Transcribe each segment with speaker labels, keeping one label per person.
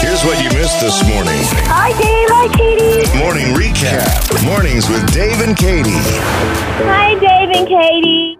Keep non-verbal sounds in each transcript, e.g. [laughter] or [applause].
Speaker 1: Here's what you missed this morning.
Speaker 2: Hi, Dave. Hi, Katie.
Speaker 1: Morning recap. Mornings with Dave and Katie.
Speaker 2: Hi, Dave and Katie.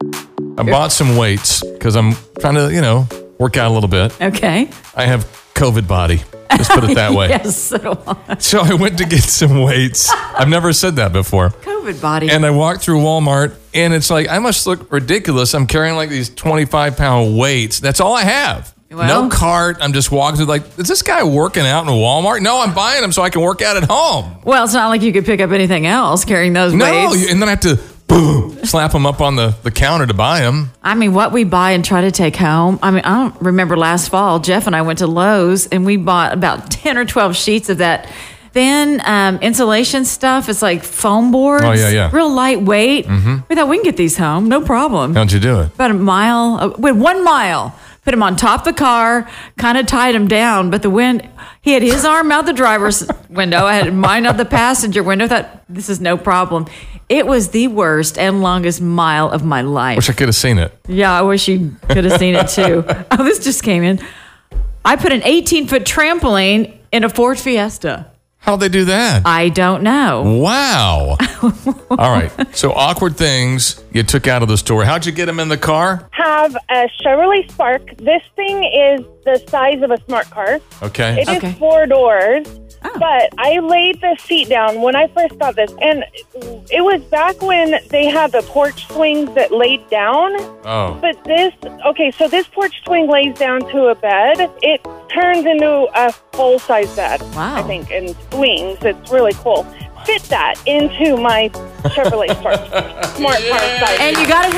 Speaker 3: I bought some weights because I'm trying to, you know, work out a little bit.
Speaker 4: Okay.
Speaker 3: I have COVID body. Just put it
Speaker 4: [laughs]
Speaker 3: that way.
Speaker 4: Yes. so-
Speaker 3: So I went to get some weights. I've never said that before.
Speaker 4: COVID body.
Speaker 3: And I walked through Walmart and it's like, I must look ridiculous. I'm carrying like these 25 pound weights. That's all I have. no
Speaker 4: Well-
Speaker 3: cart. I'm just walking through, like, is this guy working out in Walmart? No, I'm buying them so I can work out at home.
Speaker 4: well, it's not like you could pick up anything else carrying those
Speaker 3: No.
Speaker 4: weights.
Speaker 3: And then I have to, boom, slap them up on the, the counter to buy them.
Speaker 4: I mean, what we buy and try to take home. I mean, I don't remember last fall. Jeff and I went to Lowe's and we bought about [laughs] ten or twelve sheets of that. Then um, insulation stuff. It's like foam boards.
Speaker 3: Oh, yeah, Mm-hmm. yeah.
Speaker 4: Real lightweight. We thought we can get these home, no problem.
Speaker 3: How'd you do it?
Speaker 4: about a mile, uh, wait, one mile. Put him on top of the car, kind of tied him down, but the wind, he had his arm out the driver's [laughs] window. I had mine out the passenger window. Thought, this is no problem. It was the worst and longest mile of my life.
Speaker 3: Wish I could have seen it.
Speaker 4: Yeah, I wish you could have seen it too. [laughs] oh, this just came in. I put an 18 foot trampoline in a Ford Fiesta.
Speaker 3: How'd they do that?
Speaker 4: I don't know.
Speaker 3: Wow. All right. So awkward things you took out of the store. How'd you get them in the car?
Speaker 2: Have a Chevrolet Spark. This thing is the size of a smart car.
Speaker 3: Okay.
Speaker 2: It is
Speaker 4: Okay.
Speaker 2: four doors.
Speaker 4: Oh.
Speaker 2: But I laid the seat down when I first got this, and it was back when they had the porch swings that laid down. [laughs]
Speaker 3: Oh.
Speaker 2: But this, okay, so this porch swing lays down to a bed. It turns into a full size bed.
Speaker 4: Wow.
Speaker 2: I think, and swings. It's really cool. Fit that into my Chevrolet Spark, smart car size.
Speaker 4: And you got it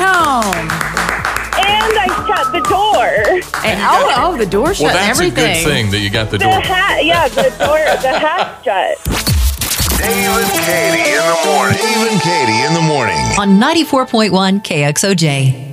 Speaker 4: home.
Speaker 2: And I shut the door.
Speaker 4: And, oh, oh, the door shut
Speaker 3: Well,
Speaker 4: and
Speaker 3: that's
Speaker 4: everything.
Speaker 3: a good thing that you got the
Speaker 2: The
Speaker 3: door.
Speaker 2: hat, yeah, the door, the hat shut.
Speaker 1: Dave and Katie in the morning. Dave and Katie in the morning.
Speaker 5: on 94.1 KXOJ.